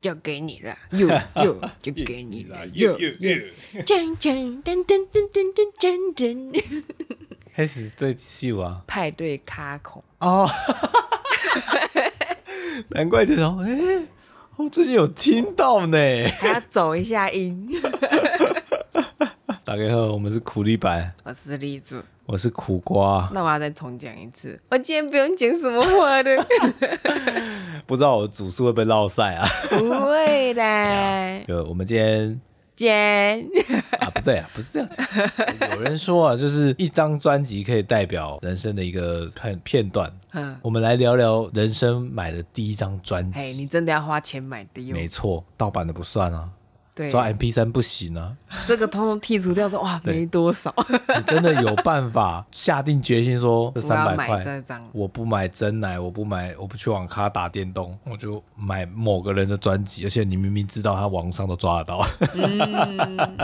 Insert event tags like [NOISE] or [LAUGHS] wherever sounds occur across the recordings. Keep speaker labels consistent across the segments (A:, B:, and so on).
A: 交给你了， [LAUGHS] 又又就给你
B: [LAUGHS]
A: 了，又
B: 又
A: 又，锵锵噔噔噔噔噔噔噔，
B: 开始对秀啊！
A: [LAUGHS] 派对卡孔，
B: 哦， [LAUGHS] 难怪就想，哎、我最近有听到呢。
A: 还要走一下音。 [LAUGHS]
B: 大家好，我们是苦力白，
A: 我是李主，
B: 我是苦瓜，
A: 那我要再重讲一次，我今天不用讲什么话的， [LAUGHS]
B: 不知道我的主数会不会落赛啊？
A: 不会
B: [LAUGHS]
A: 啦，
B: 呃，我们今天 [LAUGHS]
A: 简。
B: 啊，不对啊，不是这样讲。有人说啊，就是一张专辑可以代表人生的一个片片段。
A: 嗯，
B: 我们来聊聊人生买的第一张专
A: 哎，
B: 辑。
A: 你真的要花钱买的哟
B: 没，错，盗版的不算啊，
A: 对，
B: 抓 MP 三不行啊。
A: 这个通通剔除掉说，哇，
B: 对
A: 没多
B: [LAUGHS]
A: 少，
B: 你真的有办法下定决心说这
A: 我
B: 三
A: 要
B: 百
A: 买这
B: 块，
A: 张， [LAUGHS]
B: 我不买真奶，我不买，我不去网咖打电动，我就买某个人的专辑，而且你明明知道他网上都抓得到， [LAUGHS]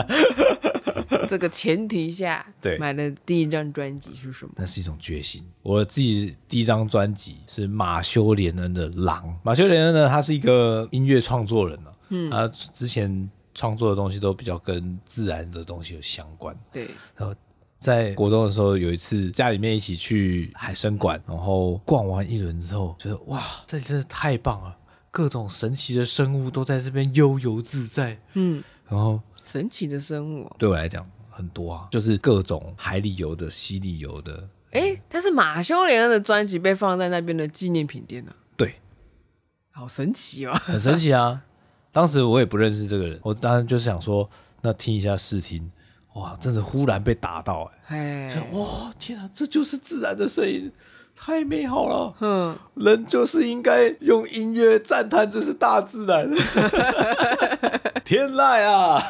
A: 这个前提下，
B: 对
A: 买的第一张专辑是什么？
B: 那是一种决心。我自己第一张专辑是马修·连恩的《狼》。马修·连恩呢，他是一个音乐创作人啊，嗯，他之前创作的东西都比较跟自然的东西有相关。
A: 对，
B: 然后在国中的时候，有一次家里面一起去海参馆，然后逛完一轮之后，觉得哇，这里真的太棒了，各种神奇的生物都在这边悠游自在。
A: 嗯，
B: 然后
A: 神奇的生物哦，
B: 对我来讲很多啊，就是各种海里游的、溪里游的，
A: 哎，但是马修·连恩的专辑被放在那边的纪念品店呢、
B: 对，
A: 好神奇
B: [LAUGHS]
A: 哦！
B: 很神奇啊。当时我也不认识这个人，我当然就是想说，那听一下试听，哇，真的忽然被打到、欸，
A: 哎，
B: 哇，天啊，这就是自然的声音，太美好了。
A: 嗯，
B: 人就是应该用音乐赞叹这是大自 [LAUGHS] 然，天籁啊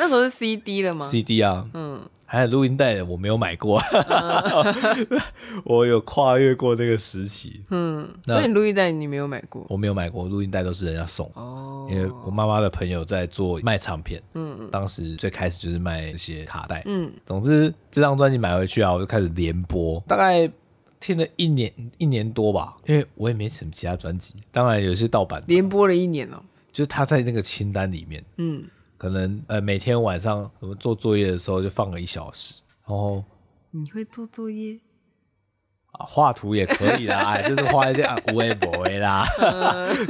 A: 那时候是 CD 了吗？
B: ！CD 啊，嗯，还有录音带，我没有买过，嗯 [LAUGHS] 我有跨越过那个时期，
A: 嗯，
B: 那
A: 所以录音带你没有买过
B: 我没有买过，录音带都是人家送。
A: 哦。
B: 因为我妈妈的朋友在做卖唱片，嗯，当时最开始就是卖那些卡带，嗯，总之这张专辑买回去啊，我就开始连播，大概听了一年一年多吧，因为我也没什么其他专辑，当然有些盗版的，
A: 连播了一年哦，
B: 就是他在那个清单里面，
A: 嗯，
B: 可能呃每天晚上我们做作业的时候就放个一小时，然后
A: 你会做作业？
B: 啊画图也可以啦， [LAUGHS] 哎就是画一些啊微博啦，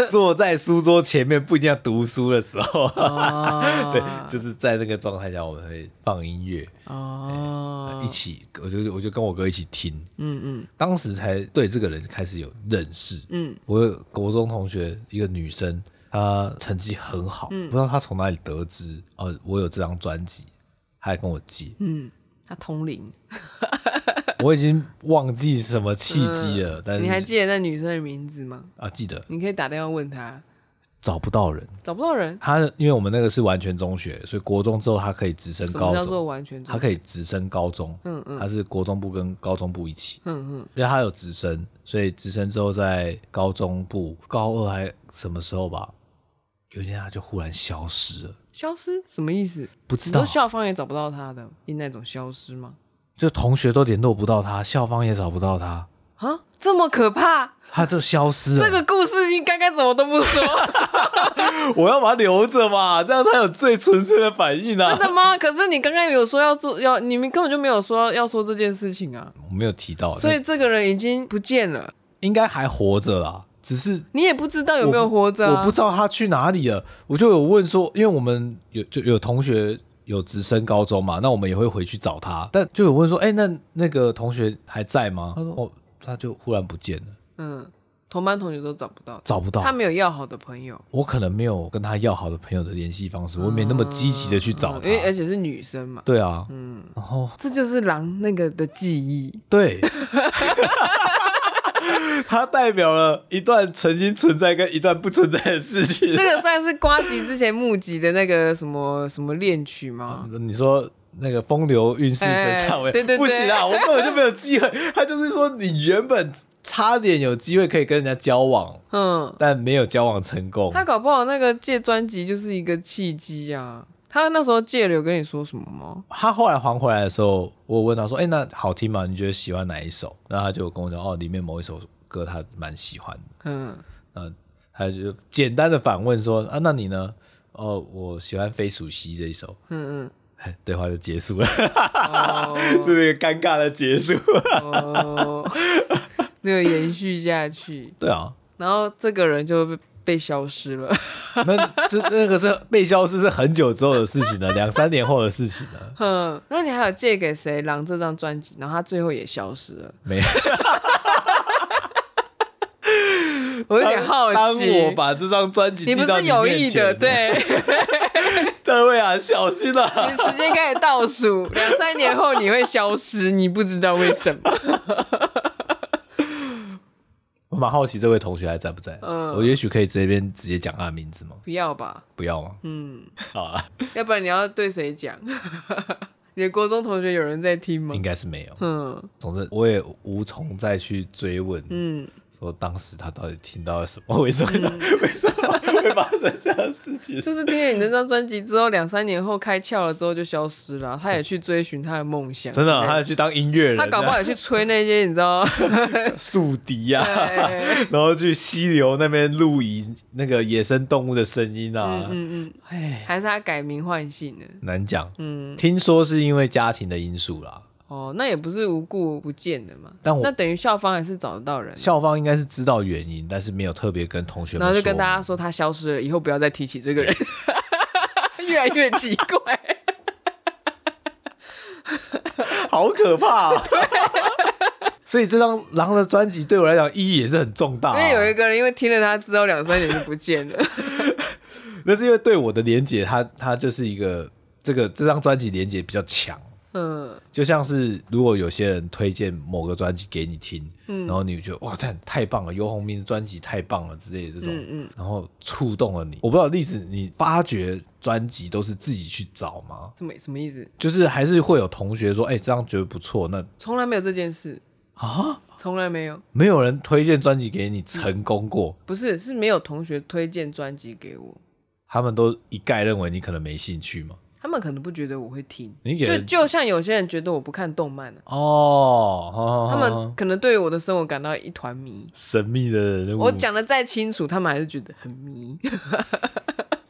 B: 坐在书桌前面不一定要读书的时候，
A: 哦
B: [LAUGHS] 对，就是在那个状态下我们会放音乐。
A: 哦，
B: 一起，我就我就跟我哥一起听，
A: 嗯嗯
B: 当时才对这个人开始有认识。
A: 嗯，
B: 我有国中同学一个女生，她成绩很好，
A: 嗯
B: 不知道她从哪里得知，哦，我有这张专辑，她还跟我借，
A: 嗯，他同龄，
B: 我已经忘记什么契机了，但呃
A: 嗯
B: 是
A: 你还记得那女生的名字吗？
B: 啊记得
A: 你可以打电话问她，
B: 找不到人，
A: 找不到人。
B: 她因为我们那个是完全中学，所以国中之后她可以直升
A: 什么
B: 高
A: 叫做
B: 中。
A: 完全中
B: 她可以直升高中，
A: 嗯嗯
B: 她是国中部跟高中部一起，
A: 嗯嗯，
B: 因为他有直升，所以直升之后在高中部高二还什么时候吧，有一天他就忽然消失了，
A: 消失什么意思？
B: 不知
A: 你
B: 道
A: 说，校方也找不到他的，因那种消失吗？
B: 就同学都联络不到他，校方也找不到他，
A: 啊，这么可怕！
B: 他就消失了。
A: 这个故事你刚刚怎么都不说，
B: 我要把它留着嘛，这样才有最纯粹的反应啊
A: 真。的吗？可是你刚刚有说要做，要你们根本就没有说要说这件事情啊，
B: 我没有提到，
A: 所
B: 所以
A: 以这个人已经不见了，
B: 应该还活着啦，只是
A: 你也不知道有没有
B: 我不
A: 活着、啊
B: 我不知道他去哪里了，我就有问说，因为我们有就有同学有直升高中嘛，那我们也会回去找他，但就有问说，哎、那那个同学还在吗？他说，哦，他就忽然不见了，
A: 嗯，同班同学都找不到，
B: 找不到
A: 他。没有要好的朋友，
B: 我可能没有跟他要好的朋友的联系方式，我没那么积极的去找
A: 嗯
B: 他
A: 因。为而且是女生嘛，
B: 对啊，嗯，然后
A: 这就是狼那个的记
B: [LAUGHS]
A: 忆。
B: 对，他代表了一段曾经存在跟一段不存在的事情。
A: 这个算是瓜吉之前募集的那个什么什么恋曲吗？
B: 你说那个风流韵事谁唱
A: 啊哎
B: 为？
A: 对对对
B: 不行啊，我根本就没有机会。他就是说，你原本差点有机会可以跟人家交往，
A: 嗯，
B: 但没有交往成功。
A: 他搞不好那个借专辑就是一个契机啊。他那时候借了，有跟你说什么吗？
B: 他后来还回来的时候，我有问他说：“哎、那好听吗？你觉得喜欢哪一首？”然后他就跟我讲：“哦，里面某一首歌他蛮喜欢的。
A: 嗯，
B: 嗯，他就简单的反问说啊，那你呢？哦，我喜欢《飞鼠西》这一首。嗯嗯， [LAUGHS] 对话就结束了，
A: 哦
B: [LAUGHS] 是一个尴尬的结束。
A: 哦，没有延续下去，
B: 对啊，
A: 然后这个人就被被消失了，
B: [LAUGHS] 那就那个是被消失是很久之后的事情了，两三年后的事情了。
A: [LAUGHS] 哼，那你还有借给谁《狼》这张专辑，然后他最后也消失了，
B: 没有，
A: 我有点好
B: 当
A: 奇，
B: 我把这张专辑
A: 你不
B: 寄到
A: 是有
B: 面
A: 意的，
B: 前，
A: 对，
B: 各位啊，小心啊！
A: [LAUGHS] 你时间开始倒数，两三年后你会消失，你不知道为什么，
B: 我蛮好奇这位同学还在不在？
A: 嗯
B: 我也许可以这边直接讲他的名字吗？
A: [LAUGHS] 不要吧，
B: 不要吗？嗯，好啊，
A: 要不然你要对谁 [LAUGHS] 讲？你的国中同学有人在听吗
B: 应？该是没有。
A: 嗯
B: 总之，我也无从再去追问，
A: 嗯，
B: 说当时他到底听到了什么，为什么、为什么会发生这样的事
A: [LAUGHS]
B: 情？
A: 就是听了你那张专辑之后，两三年后开窍了之后就消失了啊、他也去追寻他的梦想，
B: 真的啊，他去当音乐人，
A: 他搞不好也去吹那些，你知 [LAUGHS] 道吗？
B: 宿敌啊，
A: 对
B: 然后去溪流那边录影那个野生动物的声音啊，
A: 嗯嗯，
B: 哎、
A: 还是他改名换姓呢？
B: 难讲。
A: 嗯，
B: 听说是因为家庭的因素啦，
A: 哦，那也不是无故不见的嘛。
B: 但我
A: 那等于校方还是找得到人，
B: 校方应该是知道原因，但是没有特别跟同学们
A: 然后
B: 说。
A: 就跟大家说他消失了，以后不要再提起这个人， [LAUGHS] 越来越奇怪。
B: 好可怕、啊！ [LAUGHS] 所以这张狼的专辑对我来讲意义也是很重大、
A: 因
B: [LAUGHS] 啊，
A: 为有一个人因为听了他之后两三年就不见了， [LAUGHS]
B: 那是因为对我的连接，它它就是一个这个这张专辑连接比较强，
A: 嗯，
B: 就像是如果有些人推荐某个专辑给你听，
A: 嗯
B: 然后你就觉得哇，太太棒了，游鸿明的专辑太棒了之类的这种，
A: 嗯
B: 然后触动了你。我不知道例子，你发掘专辑都是自己去找吗？
A: 什么什么意思？
B: 就是还是会有同学说，哎、这张觉得不错，那
A: 从来没有这件事啊，从来没有，
B: 没有人推荐专辑给你成功过，
A: 不是是没有同学推荐专辑给我，
B: 他们都一概认为你可能没兴趣嘛。
A: 他们可能不觉得我会听，
B: 你觉
A: 就
B: 得
A: 就像有些人觉得我不看动漫呢、
B: 哦，哦
A: 他们可能对于我的生活感到一团迷。
B: [LAUGHS] 神秘的人物，
A: 我讲的再清楚，他们还是觉得很迷。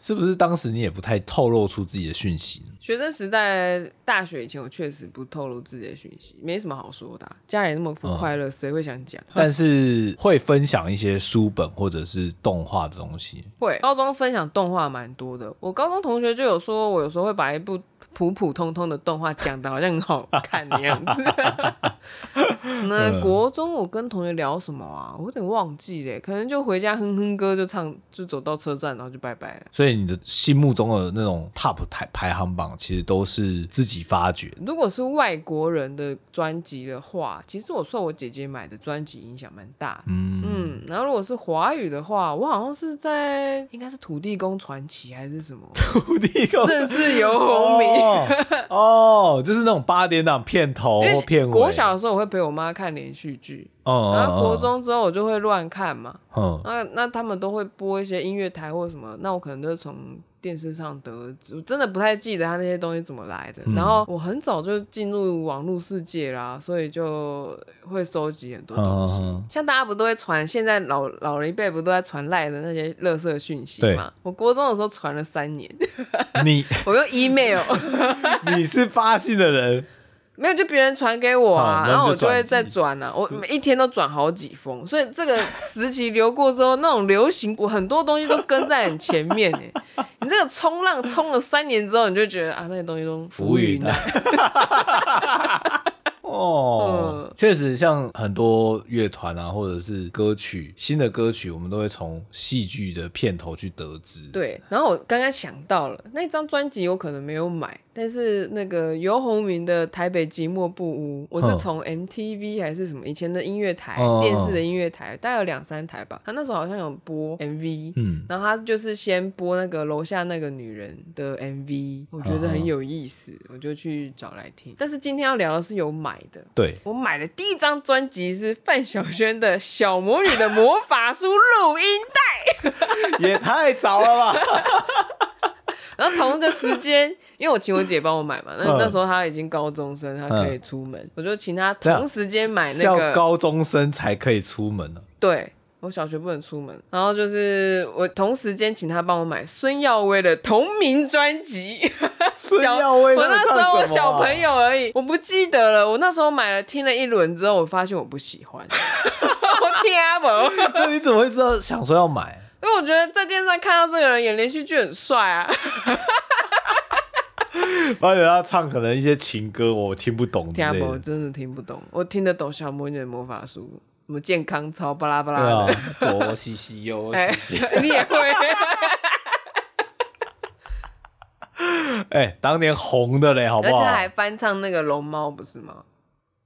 B: 是不是当时你也不太透露出自己的讯息呢？
A: 学生时代、大学以前，我确实不透露自己的讯息，没什么好说的啊、家里那么不快乐，谁、会想讲？
B: 但是会分享一些书本或者是动画的东西。
A: 会，高中分享动画蛮多的。我高中同学就有说，我有时候会把一部普普通通的动画讲的好像很好看的样子。 [LAUGHS] 那国中我跟同学聊什么啊？我有点忘记嘞，可能就回家哼哼歌，就唱，就走到车站，然后就拜拜了。
B: 所以你的心目中的那种 top 排排行榜，其实都是自己发掘。
A: 如果是外国人的专辑的话，其实我受我姐姐买的专辑影响蛮大。嗯 [LAUGHS] 然后如果是华语的话，我好像是在应该是土地公传奇还是什
B: [LAUGHS]
A: 么，
B: 土地公
A: 正是游鸿明。
B: 哦哦，就是那种八点档片头
A: 因
B: 或片
A: 为
B: 尾。
A: 国小的时候我会陪我妈看连续剧，
B: 嗯，嗯
A: 然后国，中之后我就会乱看嘛。 [LAUGHS]
B: 嗯，嗯
A: 那那他们都会播一些音乐台或什么，那我可能都是从电视上得知，我真的不太记得他那些东西怎么来
B: 嗯
A: 的。然后我很早就进入网络世界啦，所以就会收集很多东西。
B: 嗯嗯嗯
A: 像大家不都会传，现在老老人一辈不都在传赖的那些垃圾讯息
B: 对
A: 嘛？我国中的时候传了三年，
B: 你 [LAUGHS]
A: 我用 email。 [LAUGHS]
B: 你是发信的人，
A: 没有，就别人传给我啊
B: 好，
A: 然后我
B: 哦那
A: 就
B: 就转
A: 会再转
B: [LAUGHS]
A: 啊，我每一天都转好几封，所以这个时期流过之后，那种流行，我很多东西都跟在很前面哎、你这个冲浪冲了三年之后，你就觉得啊，那些东西都浮云啊，
B: 哦，确实，像很多乐团啊，或者是歌曲，新的歌曲，我们都会从戏剧的片头去得知。，
A: 对，然后我刚刚想到了那张专辑，我可能没有买，但是那个游鸿明的《台北寂寞不屋》，我是
B: 嗯
A: 从 MTV 还是什么以前的音乐台、
B: 嗯嗯嗯
A: 电视的音乐台，大概有两三台吧。他那时候好像有播 MV，
B: 嗯
A: 然后他就是先播那个楼下那个女人的 MV，我觉得很有意思，我就去找来听。但是今天要聊的是有买的。
B: 对，
A: 我买的第一张专辑是范晓萱的《小魔女的魔法书》录音
B: [LAUGHS] 也太早了吧？
A: 然后同一个时间，因为我请我姐帮我买嘛，那
B: 嗯
A: 那时候她已经高中生，她可以出门，我就请她同时间买
B: 是
A: 哎那
B: 要
A: 个
B: 高中生才可以出门呢、啊
A: 对。我小学不能出门，然后就是我同时间请他帮我买孙耀威的同名专辑。
B: 孙
A: 小
B: 耀威
A: 我
B: 在唱
A: 那
B: 什么啊，
A: 时候我小朋友而已，我不记得了。我那时候买了听了一轮之后，我发现我不喜欢， [LAUGHS] 我听不懂，[LAUGHS]
B: [LAUGHS] 那你怎么会知道想说要买？
A: 因为我觉得在电视上看到这个人演连续剧很帅啊。
B: 而且他唱可能一些情歌我听不懂之
A: 听
B: 类
A: 不，我
B: 的。
A: 真的听不懂。我听得懂小魔女的魔法书，什么健康操巴拉巴
B: 对
A: 拉
B: 啊
A: 的。，
B: 左西西右
A: 哎、
B: 西西。
A: [LAUGHS] 你也会？
B: 哎，当年红的嘞，好
A: 而
B: 不
A: 且
B: 好？
A: 哎还翻唱那个龙猫，不是吗？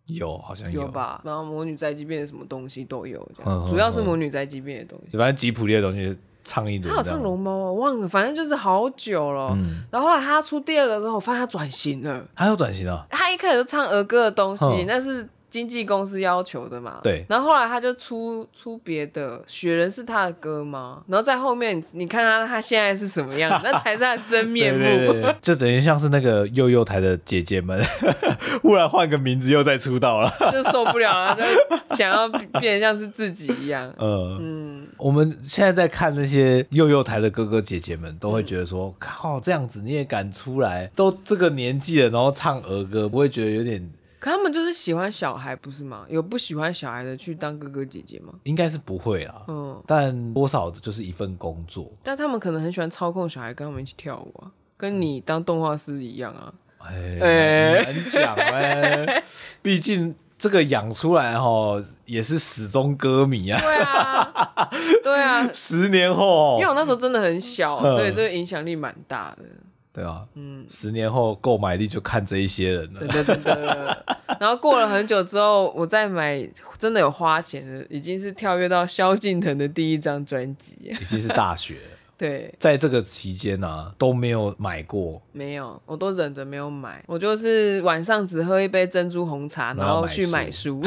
B: 有，好像
A: 有？吧？然后魔女宅急便的什么东西都有，这
B: 嗯嗯
A: 样主要是魔女宅急便的东西。
B: 反正吉普力的东西唱一轮这
A: 他
B: 样。
A: 有唱龙猫啊，忘了，反正就是好久了。然后后来他出第二个之后，我发现他转型了。
B: 还有转型啊？
A: 他一开始就唱儿歌的东西
B: 嗯，
A: 那是经纪公司要求的嘛。
B: 对
A: 然后后来他就出出别的，雪人是他的歌吗？然后在后面你看他他现在是什么样
B: [LAUGHS]
A: 子，那才是他的真面目。
B: 对对对，就等于像是那个幼幼台的姐姐们， [LAUGHS] 忽然换个名字又再出道了。
A: 就受不了了，就想要变得像是自己一
B: [LAUGHS]
A: 样。
B: 呃，
A: 嗯
B: 我们现在在看那些幼幼台的哥哥姐姐们，都会
A: 嗯
B: 觉得说，靠，这样子你也敢出来？都这个年纪了，然后唱儿歌，不会觉得有点？
A: 可他们就是喜欢小孩，不是吗？有不喜欢小孩的去当哥哥姐姐吗？
B: 应该是不会啦。
A: 嗯，
B: 但多少就是一份工作。
A: 但他们可能很喜欢操控小孩，跟他们一起跳舞啊，跟你当动画师一样
B: [LAUGHS]
A: 啊。
B: 哎，
A: 哎
B: 很难讲哎，毕竟这个养出来哈，也是始终歌迷啊。
A: 对啊，对啊，
B: 十年后哦
A: 因为
B: 齁，
A: 我那时候真的很小，
B: 嗯
A: 所以这个影响力蛮大的。
B: 对啊，
A: 嗯
B: 十年后购买力就看这一些人了
A: 真。的真的。然后过了很久之后，我再买，真的有花钱的，已经是跳跃到萧敬腾的第一张专辑。 [LAUGHS]
B: 已经是大学了，
A: 对，
B: 在这个期间呢、啊、都没有买过，
A: 没有，我都忍着没有买，我就是晚上只喝一杯珍珠红茶，
B: 然
A: 然
B: 后
A: 后去买书，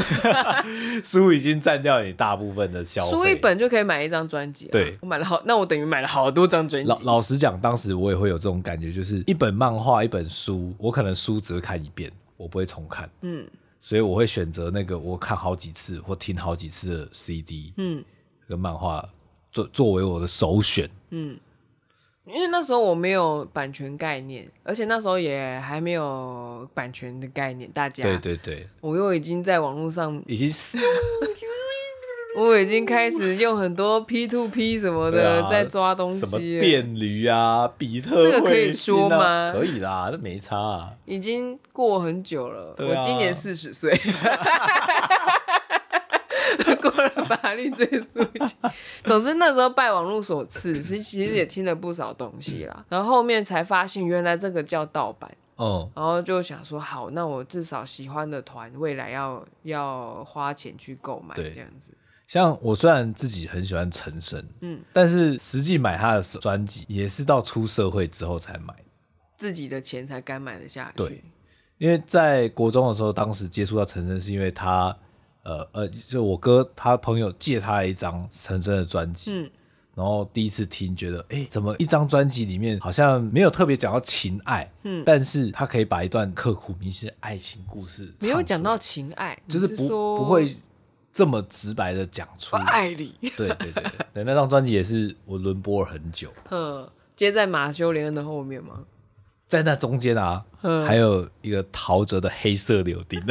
B: 书已经占掉你大部分的消费。
A: 书一。本就可以买一张专辑啊。
B: 对
A: 我买了好，那我等于买了好多张专辑
B: 老。老实讲，当时我也会有这种感觉，就是一本漫画、一本书，我可能书只会看一遍，我不会重看。嗯，所以我会选择那个我看好几次或听好几次的 CD，嗯，跟漫画作作为我的首选。
A: 因为那时候我没有版权概念，而且那时候也还没有版权的概念，大家，
B: 对对对，
A: 我又已经在网络上，
B: 已经是
A: 我已经开始用很多 P to P 什么
B: [LAUGHS] 对
A: 的、
B: 啊
A: 在抓东
B: 什么
A: 西了，
B: 电驴啊、比特、啊
A: 这个可以说吗
B: 可以啦，那没差、啊。
A: 已经过很久了。
B: 对
A: 我
B: 啊
A: 今年四十岁， [LAUGHS] 过了法律追溯期。总之那时候拜网络所赐，其实其实也听了不少东西啦。然后后面才发现，原来这个叫盗版。
B: 嗯，
A: 然后就想说，好，那我至少喜欢的团，未来要要花钱去购买
B: 对
A: 这样子。
B: 像我虽然自己很喜欢陈升，嗯，但是实际买他的专辑也是到出社会之后才买。
A: 自己的钱才敢买得下
B: 对
A: 去，
B: 因为在国中的时候，当时接触到陈升是因为他，呃呃，就我哥他朋友借他了一张陈升的专辑，
A: 嗯
B: 然后第一次听，觉得哎，诶怎么一张专辑里面好像没有特别讲到情爱，嗯，但是他可以把一段刻骨铭心的爱情故事，
A: 没有讲，到情爱，
B: 就
A: 你
B: 是
A: 是
B: 不
A: 说
B: 不会这么直白的讲出
A: 我，哦爱你。
B: 对对对对，对那张专辑也是我轮播了很久，
A: [LAUGHS] 嗯，接在马修·连恩的后面吗？
B: 在那中间啊，
A: 嗯
B: 还有一个陶喆的黑色柳丁。 [LAUGHS]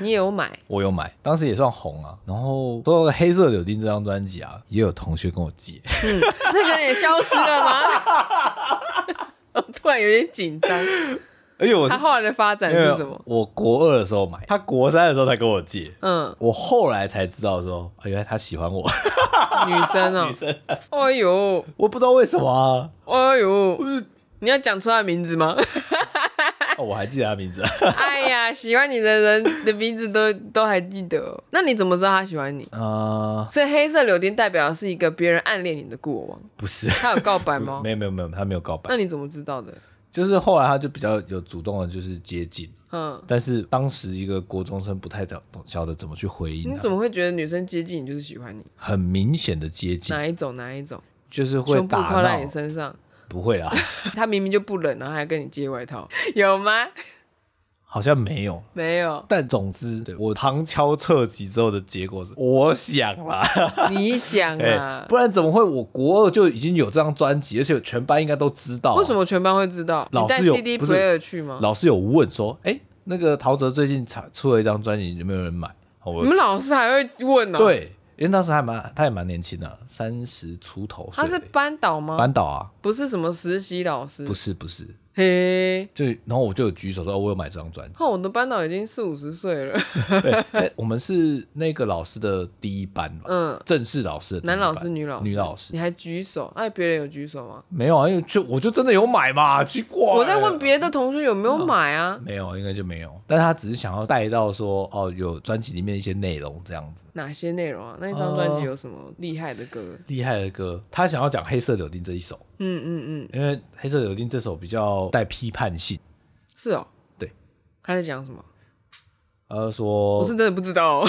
A: 你也有买？ [LAUGHS]
B: 我有买，当时也算红啊。然后说到黑色柳丁这张专辑啊，也有同学跟我借，
A: 那个人也消失了吗？ [LAUGHS] 我突然有点紧 [LAUGHS] 张。
B: 而哎且我是
A: 他后来的发展是什么？
B: 我国二的时候买，他国三的时候才跟我借。
A: 嗯，
B: 我后来才知道说，啊原来他喜欢我，
A: [LAUGHS] 女生哦、哎呦，
B: 我不知道为什么啊。
A: 哎呦，你要讲出他的名字吗？ [LAUGHS]
B: 哦我还记得他名字，
A: 哎呀，喜欢你的人的名字都都还记得哦、那你怎么知道他喜欢你？
B: 呃，
A: 所以黑色柳丁代表的是一个别人暗恋你的过往，
B: 不是，
A: 他有告白 [LAUGHS] 吗？
B: 没有没有没有，他没有告白，
A: 那你怎么知道的？
B: 就是后来他就比较有主动的，就是接近，
A: 嗯，
B: 但是当时一个国中生不太懂晓得怎么去回应
A: 你
B: 啊、
A: 怎么会觉得女生接近你就是喜欢你？
B: 很明显的接近，
A: 哪一种？哪一种？
B: 就是会
A: 胸部
B: 打
A: 靠在
B: 闹
A: 你，身上， [LAUGHS]
B: 不会啦。
A: 他明明就不冷，然后还跟你借外套，有吗？
B: 好像没有。，
A: 没有
B: [LAUGHS] 但总之，对我旁敲侧击之后的结果是，我想啦，
A: 你想
B: 哎、
A: 啊？
B: 不然怎么会我国二就已经有这张专辑，而且全班应该都知道啊、
A: 为什么全班会知道？
B: 老
A: 你
B: 师
A: 带
B: 有
A: CD
B: 不是
A: player 去吗？
B: 老师有问说，哎、那个陶喆最近出出了一张专辑，有没有人买？我
A: 你们老师还会问呢、，哦
B: 对，因为当时还蛮，他也蛮年轻的，三十出头岁
A: 他
B: 而已。
A: 是班导吗？
B: 班导啊，
A: 不是什么实习老师
B: 不。是不是，
A: 嘿，
B: 就然后我就有举手说，哦，我有买这张专辑
A: 看。我的班导已经四五十岁了，
B: 对，哎我们是那个老师的第一班吧，
A: 嗯，
B: 正式老师的第一
A: 男老
B: 班
A: 师、女老师，
B: 女老师
A: 你还举手？哎，别人有举手吗？
B: 没有啊，因为就我就真的有买嘛，奇怪。
A: 我在问，别的同学有没有买啊？
B: 没有，应该就没有。但他只是想要带到说，哦，有专辑里面一些内容这样子，
A: 哪些内容啊？那一
B: 哦
A: 张专辑有什么厉害的歌？
B: 厉害的歌。他想要讲《黑色柳丁》这一首，
A: 嗯嗯嗯，
B: 因为《黑色柳丁》这首比较带批判性。
A: 是哦。
B: 对，哦
A: 他在讲什么？
B: 他就
A: 我
B: 说
A: 是，真的不知道、哦。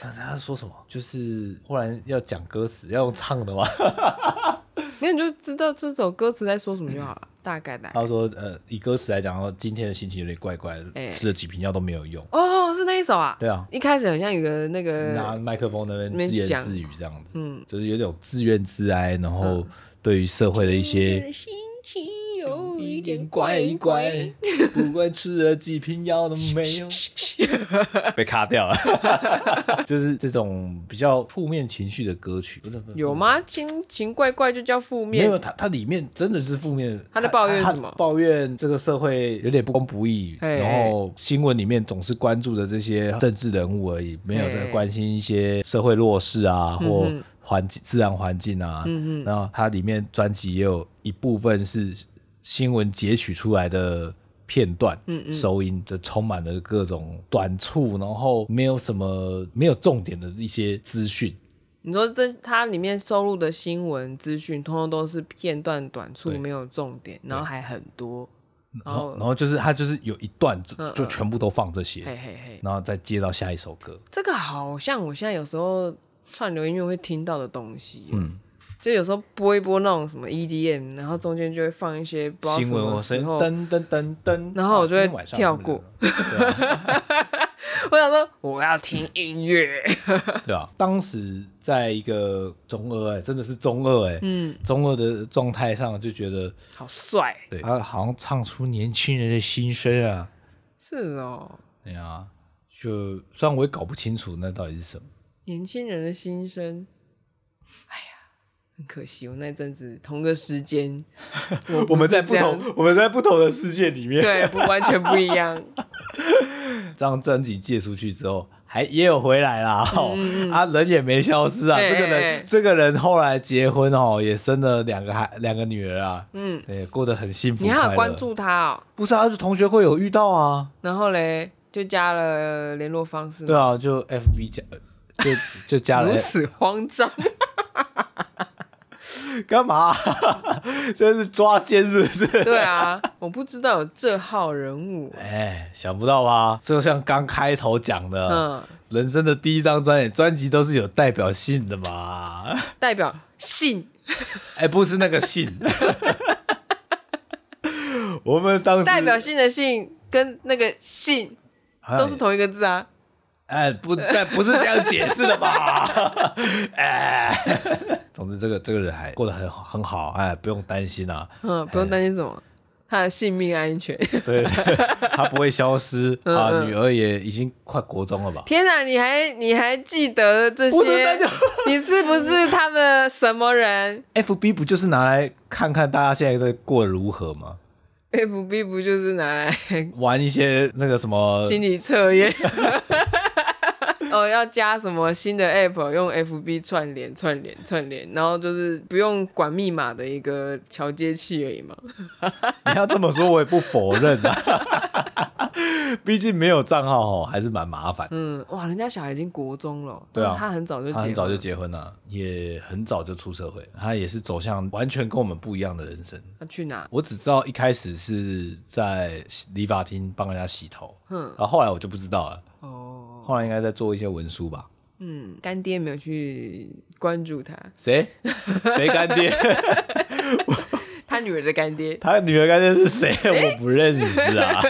B: 他他说什么？就是忽然要讲歌词，要用唱的吗？
A: 那你就知道这首歌词在说什么就好了，大概的。
B: 他说，呃，以歌词来讲，哦今天的心情有点怪怪
A: 哎
B: 的，吃了几瓶药都没有用。
A: 哦，是那一首啊。
B: 对啊，
A: 一开始很像有个那
B: 拿
A: 个，
B: 麦克风那
A: 那
B: 边
A: 边
B: 自言
A: 讲
B: 自语这样子，
A: 呃嗯，
B: 就是有点自怨自哀，然后对于社会的一些。
A: 心情有一
B: 一
A: 点
B: 点
A: 怪
B: 怪
A: 怪。
B: 怪，不管吃了几瓶药都没
A: [LAUGHS]
B: 有被卡掉了， [LAUGHS] 就是这种比较负面情绪的歌曲，不是不是
A: 有吗？心情怪怪就叫负
B: 没
A: 面
B: 有，它它里面真的是负面。
A: 它在抱怨
B: 它
A: 什么
B: 它抱怨这个社会有点不公不义，
A: 嘿
B: 然后新闻里面总是关注着这些政治人物而已，没有在
A: 嘿
B: 关心一些社会弱势啊，或
A: 嗯哼
B: 环境、自然环境啊。
A: 嗯
B: 然后它里面专辑也有一部分是新闻截取出来的。片段，嗯嗯，收音就充满了各种短促，然后没有什么没有重点的一些资讯，
A: 你说这它里面收录的新闻资讯，通通都是片段短促，
B: 对
A: 没有重点，然后还很多，然
B: 然后
A: 后
B: 然后就是他就是有一段就
A: 哦嗯
B: 就全部都放这些，
A: 嘿嘿嘿，
B: 然后再接到下一首歌。
A: 这个好像我现在有时候串流音乐会听到的东西，嗯，就有时候播一播那种什么 EDM，然后中间就会放一些不知道
B: 新
A: 什
B: 闻
A: 么
B: 我
A: 时
B: 声
A: 候，
B: 噔噔噔噔，
A: 然后我就会
B: 啊今天晚上
A: 跳
B: 他们
A: 过
B: 的歌，对啊
A: 我想说我要听音乐， [LAUGHS]
B: 对啊。当时在一个中二哎，真的是中二哎，
A: 嗯，
B: 中二的状态上就觉得，
A: 好帅，
B: 对他好像唱出年轻人的心声啊，
A: 是哦，
B: 对啊，就虽然我也搞不清楚那到底是什么，
A: 年轻人的心声，哎呀，很可惜，我那阵子同个时
B: [LAUGHS]
A: 间，我
B: 我们
A: 是
B: 在不
A: 这样
B: 同我们在不同的世界里面，
A: 对，不完全不一
B: [LAUGHS]
A: 样。
B: 这张专辑借出去之后，还也有回来啦，
A: 嗯
B: 哦，啊，人也没消失啊。
A: 哎
B: 这个
A: 哎哎
B: 人，这个人后来结婚哦，也生了两个孩，两个女儿啊，
A: 嗯，
B: 对，过得很幸福。
A: 你还
B: 快
A: 有
B: 乐
A: 关？注他哦，
B: 不是啊，就同学会有遇到啊，
A: 然后嘞就加了联络方式。
B: 对啊，就 FB 加，就就加了
A: 如此慌张，
B: [LAUGHS] 干嘛、 [LAUGHS] 这是抓奸是不是？
A: [LAUGHS] 对啊，我不知道有这号人物。
B: 哎，想不到吧？就像刚开头讲的，
A: 嗯，
B: 人生的第一张专辑，专辑都是有代表性的嘛。
A: 代表性，
B: 哎，不是那个信。 [LAUGHS] 我们当时
A: 代表性的性跟那个性
B: 好像
A: 都是同一个字啊。
B: 哎，不，但不是这样解释的吧？ [LAUGHS] 哎，总之这个这个人还过得很好很好，哎，不用担心啊。
A: 嗯，不用担心什么，他的性命安全。
B: 对， [LAUGHS] 他不会消失
A: 嗯
B: 啊。
A: 嗯
B: 女儿也已经快国中了吧？
A: [LAUGHS] 天哪，你还你还记得这些？
B: 不是那就 [LAUGHS]
A: 你是不是他的什么人
B: FB 不就是拿来看看大家现在在过得如何吗？
A: ？FB 哎不就是拿来 [LAUGHS]
B: 玩一些那个什么，
A: 心理测验？
B: 呃
A: [LAUGHS] 哦，要加什么新的 app？用 FB 串联、串联、串联，然后就是不用管密码的一个桥接器而已嘛。
B: 你要这么说，我也不否认啊。 [LAUGHS] 毕竟没有账号哦，还是蛮麻烦。
A: 嗯，哇，人家小孩已经国中了，
B: 对啊
A: 哦他很早就结
B: 他
A: 婚，
B: 很早就结婚了，也很早就出社会，他也是走向完全跟我们不一样的人生。
A: 他去哪？
B: 我只知道一开始是在理发厅帮人家洗头，
A: 嗯
B: 然后后来我就不知道了。
A: 哦，
B: 后来应该在做一些文书吧？
A: 嗯，干爹没有去关注他，
B: 谁谁干爹？
A: 他他女儿的干爹，
B: 他女儿干爹是谁？我不认识啊！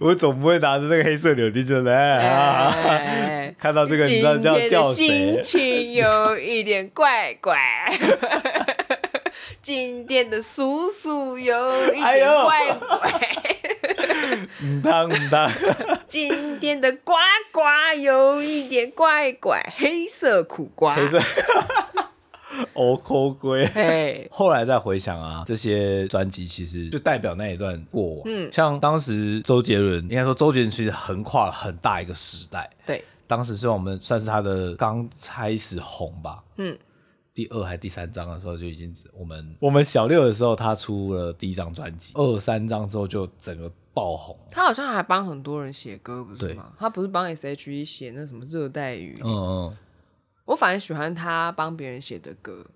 B: 我总不会拿着这个黑色柳丁就来啊！
A: 哎
B: 看 [LAUGHS] 到这个你
A: 今
B: 知道叫
A: 天的
B: 叫
A: 心
B: 谁？
A: [LAUGHS] 情有一点怪怪。今天的叔叔有一
B: 哎
A: 点
B: 呦
A: 怪怪，
B: 嗯，当嗯当，
A: 今天的呱呱有一点怪怪，黑色苦瓜。
B: 黑色，哦抠龟。
A: 哎，
B: 后来再回想啊，这些专辑其实就代表那一段过往。嗯，像当时周杰伦，应该说周杰伦其实横跨了很大一个时代。
A: 对，
B: 当时是我们算是他的刚开始红吧，
A: 嗯，
B: 第二还第三章的时候就已经我们我们小六的时候他出了第一张专辑，二三章之后就整个爆红，
A: 他好像还帮很多人写歌，不是
B: 对
A: 吗？他不是帮 S.H.E 写那什么热带雨林？
B: 嗯嗯，
A: 我反而喜欢他帮别人写的歌，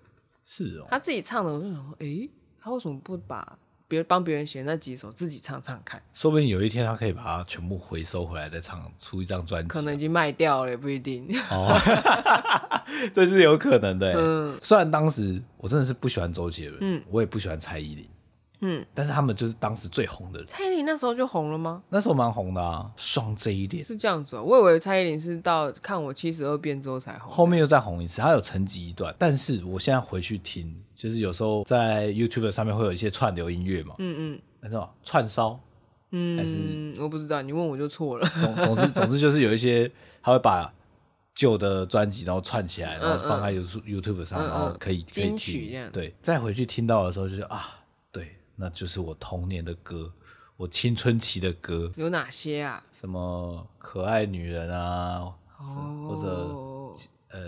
B: 是哦，
A: 他自己唱的，我就想说，诶，他为什么不把别帮别人写那几首自己唱唱看？
B: 说不定有一天他可以把它全部回收回来再唱出一张专辑，
A: 可能已经卖掉了，也不一
B: [LAUGHS]
A: 定。
B: 这是有可能的欸、
A: 嗯
B: 虽然当时我真的是不喜欢周杰伦，嗯，我也不喜欢蔡依林，
A: 嗯，
B: 但是他们就是当时最红的人，
A: 蔡依林那时候就红了吗？
B: 那时候蛮红的啊，双 J 脸，
A: 是这样子哦、我以为蔡依林是到看我七十二变之后才红。
B: 后面又再红一次，它有沉寂一段。但是我现在回去听，就是有时候在 YouTube 上面会有一些串流音乐嘛，
A: 嗯嗯
B: 那种串烧，嗯，还是
A: 嗯，我不知道，你问我就错了。 [LAUGHS]
B: 总总之 [LAUGHS] 总之就是有一些，他会把旧的专辑然后串起来，然后放在 You YouTube 上，
A: 嗯
B: 然后可以可以
A: 金
B: 听
A: 曲这样
B: 对，再回去听到的时候就是啊，对，那就是我童年的歌，我青春期的歌，
A: 有哪些啊？
B: 什么可爱女人啊，是或者
A: 哦
B: 呃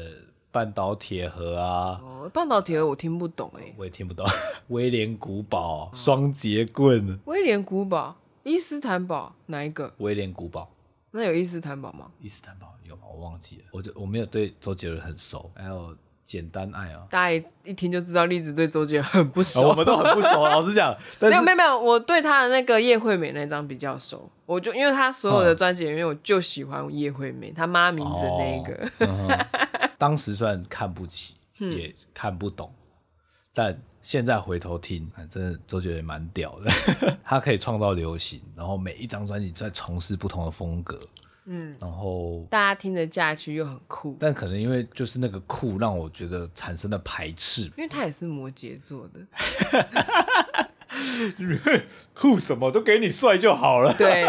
B: 半岛铁盒啊。
A: 哦，半导体的我听不懂哎、
B: 我也听不懂。 [LAUGHS] 威廉古堡、
A: 嗯
B: 双节棍、
A: 威廉古堡、伊斯坦堡哪一个？
B: 威廉古堡、
A: 那有伊斯坦堡吗？
B: 伊斯坦堡有吗？我忘记了，我就我没有对周杰伦很熟。还有简单爱啊，
A: 大家一一听就知道栗子对周杰伦很不
B: [LAUGHS] 哦
A: 熟。
B: 我们都很不熟，老实讲。但
A: 没有
B: 是
A: 没有没有，我对他的那个叶惠美那张比较熟，我就因为他所有的专辑里面，我就喜欢叶惠美，他妈名字的那一
B: 哦
A: 个。
B: 当时虽然看不起，也看不懂，但现在回头听，啊真的周杰伦蛮屌的。 [LAUGHS] 他可以创造流行，然后每一张专辑在从事不同的风格。嗯，然后
A: [LAUGHS] 大家听得下去又很酷，
B: 但可能因为就是那个酷，让我觉得产生了排斥吧
A: 因为他也是摩羯座的。
B: 酷什么都给你帅就好了。
A: 对，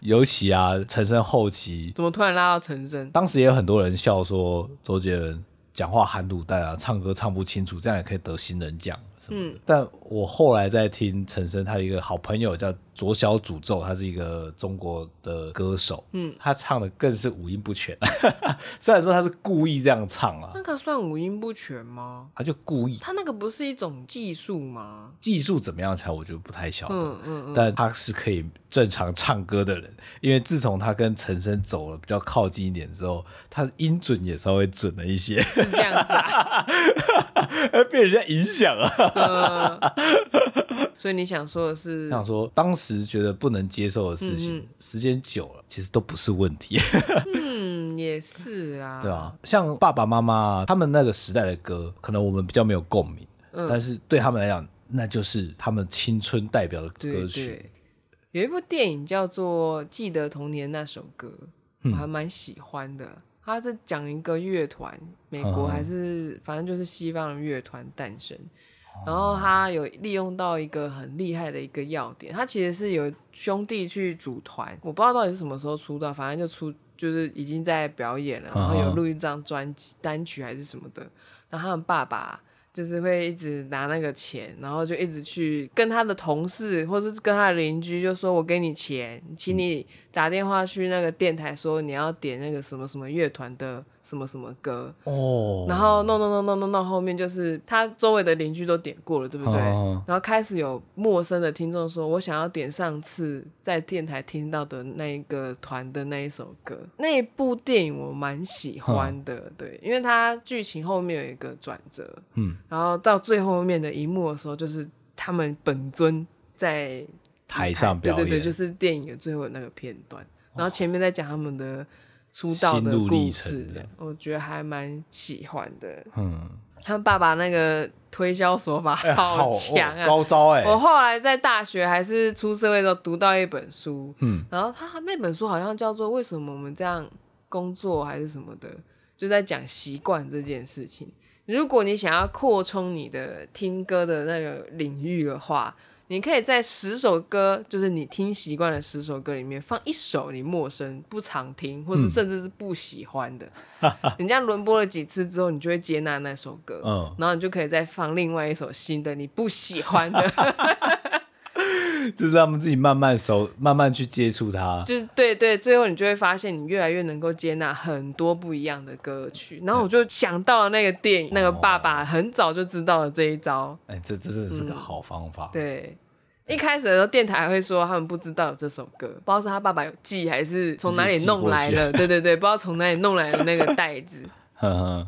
B: 尤其啊，陈升后期，
A: 怎么突然拉到陈升？
B: 当时也有很多人笑说周杰伦讲话含卤蛋啊，唱歌唱不清楚，这样也可以得新人奖什么
A: 嗯
B: 的。但我后来在听陈升，他有一个好朋友叫左小诅咒，他是一个中国的歌手，嗯，他唱的更是五音不全， [LAUGHS] 虽然说他是故意这样唱啊，
A: 那个算五音不全吗？
B: 他就故意。
A: 他那个不是一种技术吗？
B: 技术怎么样才我就不太晓得，
A: 嗯嗯，
B: 但他是可以正常唱歌的人，因为自从他跟陈升走了比较靠近一点之后，他的音准也稍微准了一些，
A: 是这样子
B: [LAUGHS]
A: 啊。
B: 被人家影响啊。
A: 所以你想说的是，
B: 想说当时觉得不能接受的事情，时间久了其实都不是问题，
A: 嗯，也是啦。
B: 对吧、啊像爸爸妈妈他们那个时代的歌，可能我们比较没有共鸣，
A: 嗯
B: 但是对他们来讲，那就是他们青春代表的
A: 对
B: 歌曲。
A: 对，有一部电影叫做《记得童年那首歌》，
B: 嗯
A: 我还蛮喜欢的。它是讲一个乐团，美
B: 哦
A: 国还是反正就是西方的乐团诞生。然后它有利用到一个很厉害的一个要点，它其实是有兄弟去组团，我不知道到底是什么时候出道，反正就出就是已经在表演了，然后有录一张专辑单曲还是什么的。然后他们爸爸就是会一直拿那个钱，然后就一直去跟他的同事或是跟他的邻居就说：“我给你钱，请你打电话去那个电台说你要点那个什么什么乐团的什么什么歌。”
B: 哦，
A: 然后弄弄弄弄弄弄，后面就是他周围的邻居都点过了，对不对？
B: 哦
A: 然后开始有陌生的听众说：“我想要点上次在电台听到的那一个团的那一首歌。”那一部电影我蛮喜欢的，对，因为它剧情后面有一个转折，
B: 嗯，
A: 然后到最后面的一幕的时候，就是他们本尊在
B: 台上表演，哦
A: 对对对，就是电影的最后那个片段，然后前面在讲他们的出道的
B: 心路历
A: 故
B: 程
A: 事，
B: 这
A: 这样
B: 样
A: 我觉得还蛮喜欢的。
B: 嗯。
A: 他们爸爸那个推销手法
B: 哎
A: 好强
B: 哦
A: 啊！
B: 高招哎、
A: 我后来在大学还是出社会的时候读到一本书，
B: 嗯
A: 然后他那本书好像叫做《为什么我们这样工作》还是什么的，就在讲习惯这件事情。如果你想要扩充你的听歌的那个领域的话，你可以在十首歌，就是你听习惯的十首歌里面，放一首你陌生、不常听，或是甚至是不喜欢
B: [LAUGHS]
A: 的。人家轮播了几次之后，你就会接纳那首歌，
B: 嗯
A: 然后你就可以再放另外一首新的你不喜欢的，
B: 就是他们自己慢慢熟，慢慢去接触它。
A: 就是对对，最后你就会发现你越来越能够接纳很多不一样的歌曲。然后我就想到了那个电影，那个爸爸很早就知道了这一招。
B: 哎、这这真的是个好方法。
A: 嗯对，一开始的时候电台还会说他们不知道有这首歌，不知道是他爸爸有寄还是从哪里弄来了。对对对，不知道从哪里弄来的那个袋子。
B: 呵呵，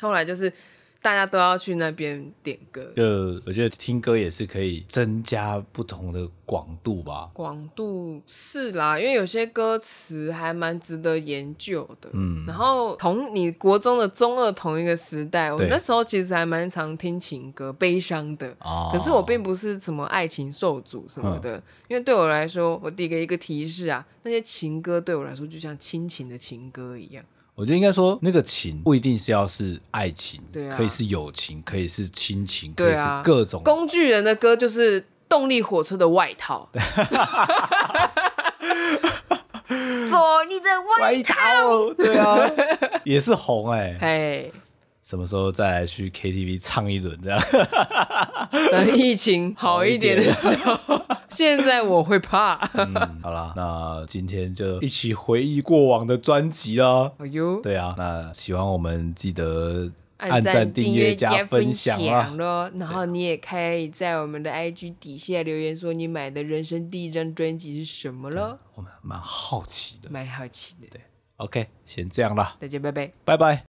A: 后来就是大家都要去那边点歌，
B: 就呃我觉得听歌也是可以增加不同的广度吧。
A: 广度是啦，因为有些歌词还蛮值得研究的。嗯，然后同你国中的中二同一个时代，我
B: 对
A: 那时候其实还蛮常听情歌，悲伤的。
B: 哦
A: 可是我并不是什么爱情受阻什么的，因为对我来说，我第一个一个提示啊，那些情歌对我来说就像亲情的情歌一样。
B: 我觉得应该说，那个情不一定是要是爱情，
A: 对啊
B: 可以是友情，可以是亲情，可以
A: 对
B: 是
A: 啊
B: 各种。
A: 工具人的歌就是动力火车的外套。做你的外，
B: 外套，对啊， [LAUGHS] 也是红哎、
A: 哎，
B: 什么时候再来去 KTV 唱一轮这样？
A: 等疫情好一点的时候，现在我会怕。 [LAUGHS]
B: 嗯 [LAUGHS] 好啦，那今天就一起回忆过往的专辑啦。
A: 哎呦，
B: 对啊，那喜欢我们记得
A: 按赞、订
B: 阅、
A: 加
B: 分
A: 享啊
B: 啦。
A: 咯。然后你也可以在我们的 IG 底下留言说你买的人生第一张专辑是什么咯，
B: 我们蛮好奇的。
A: 蛮好奇的。
B: OK，先这样啦，
A: 大家拜拜。
B: 拜拜。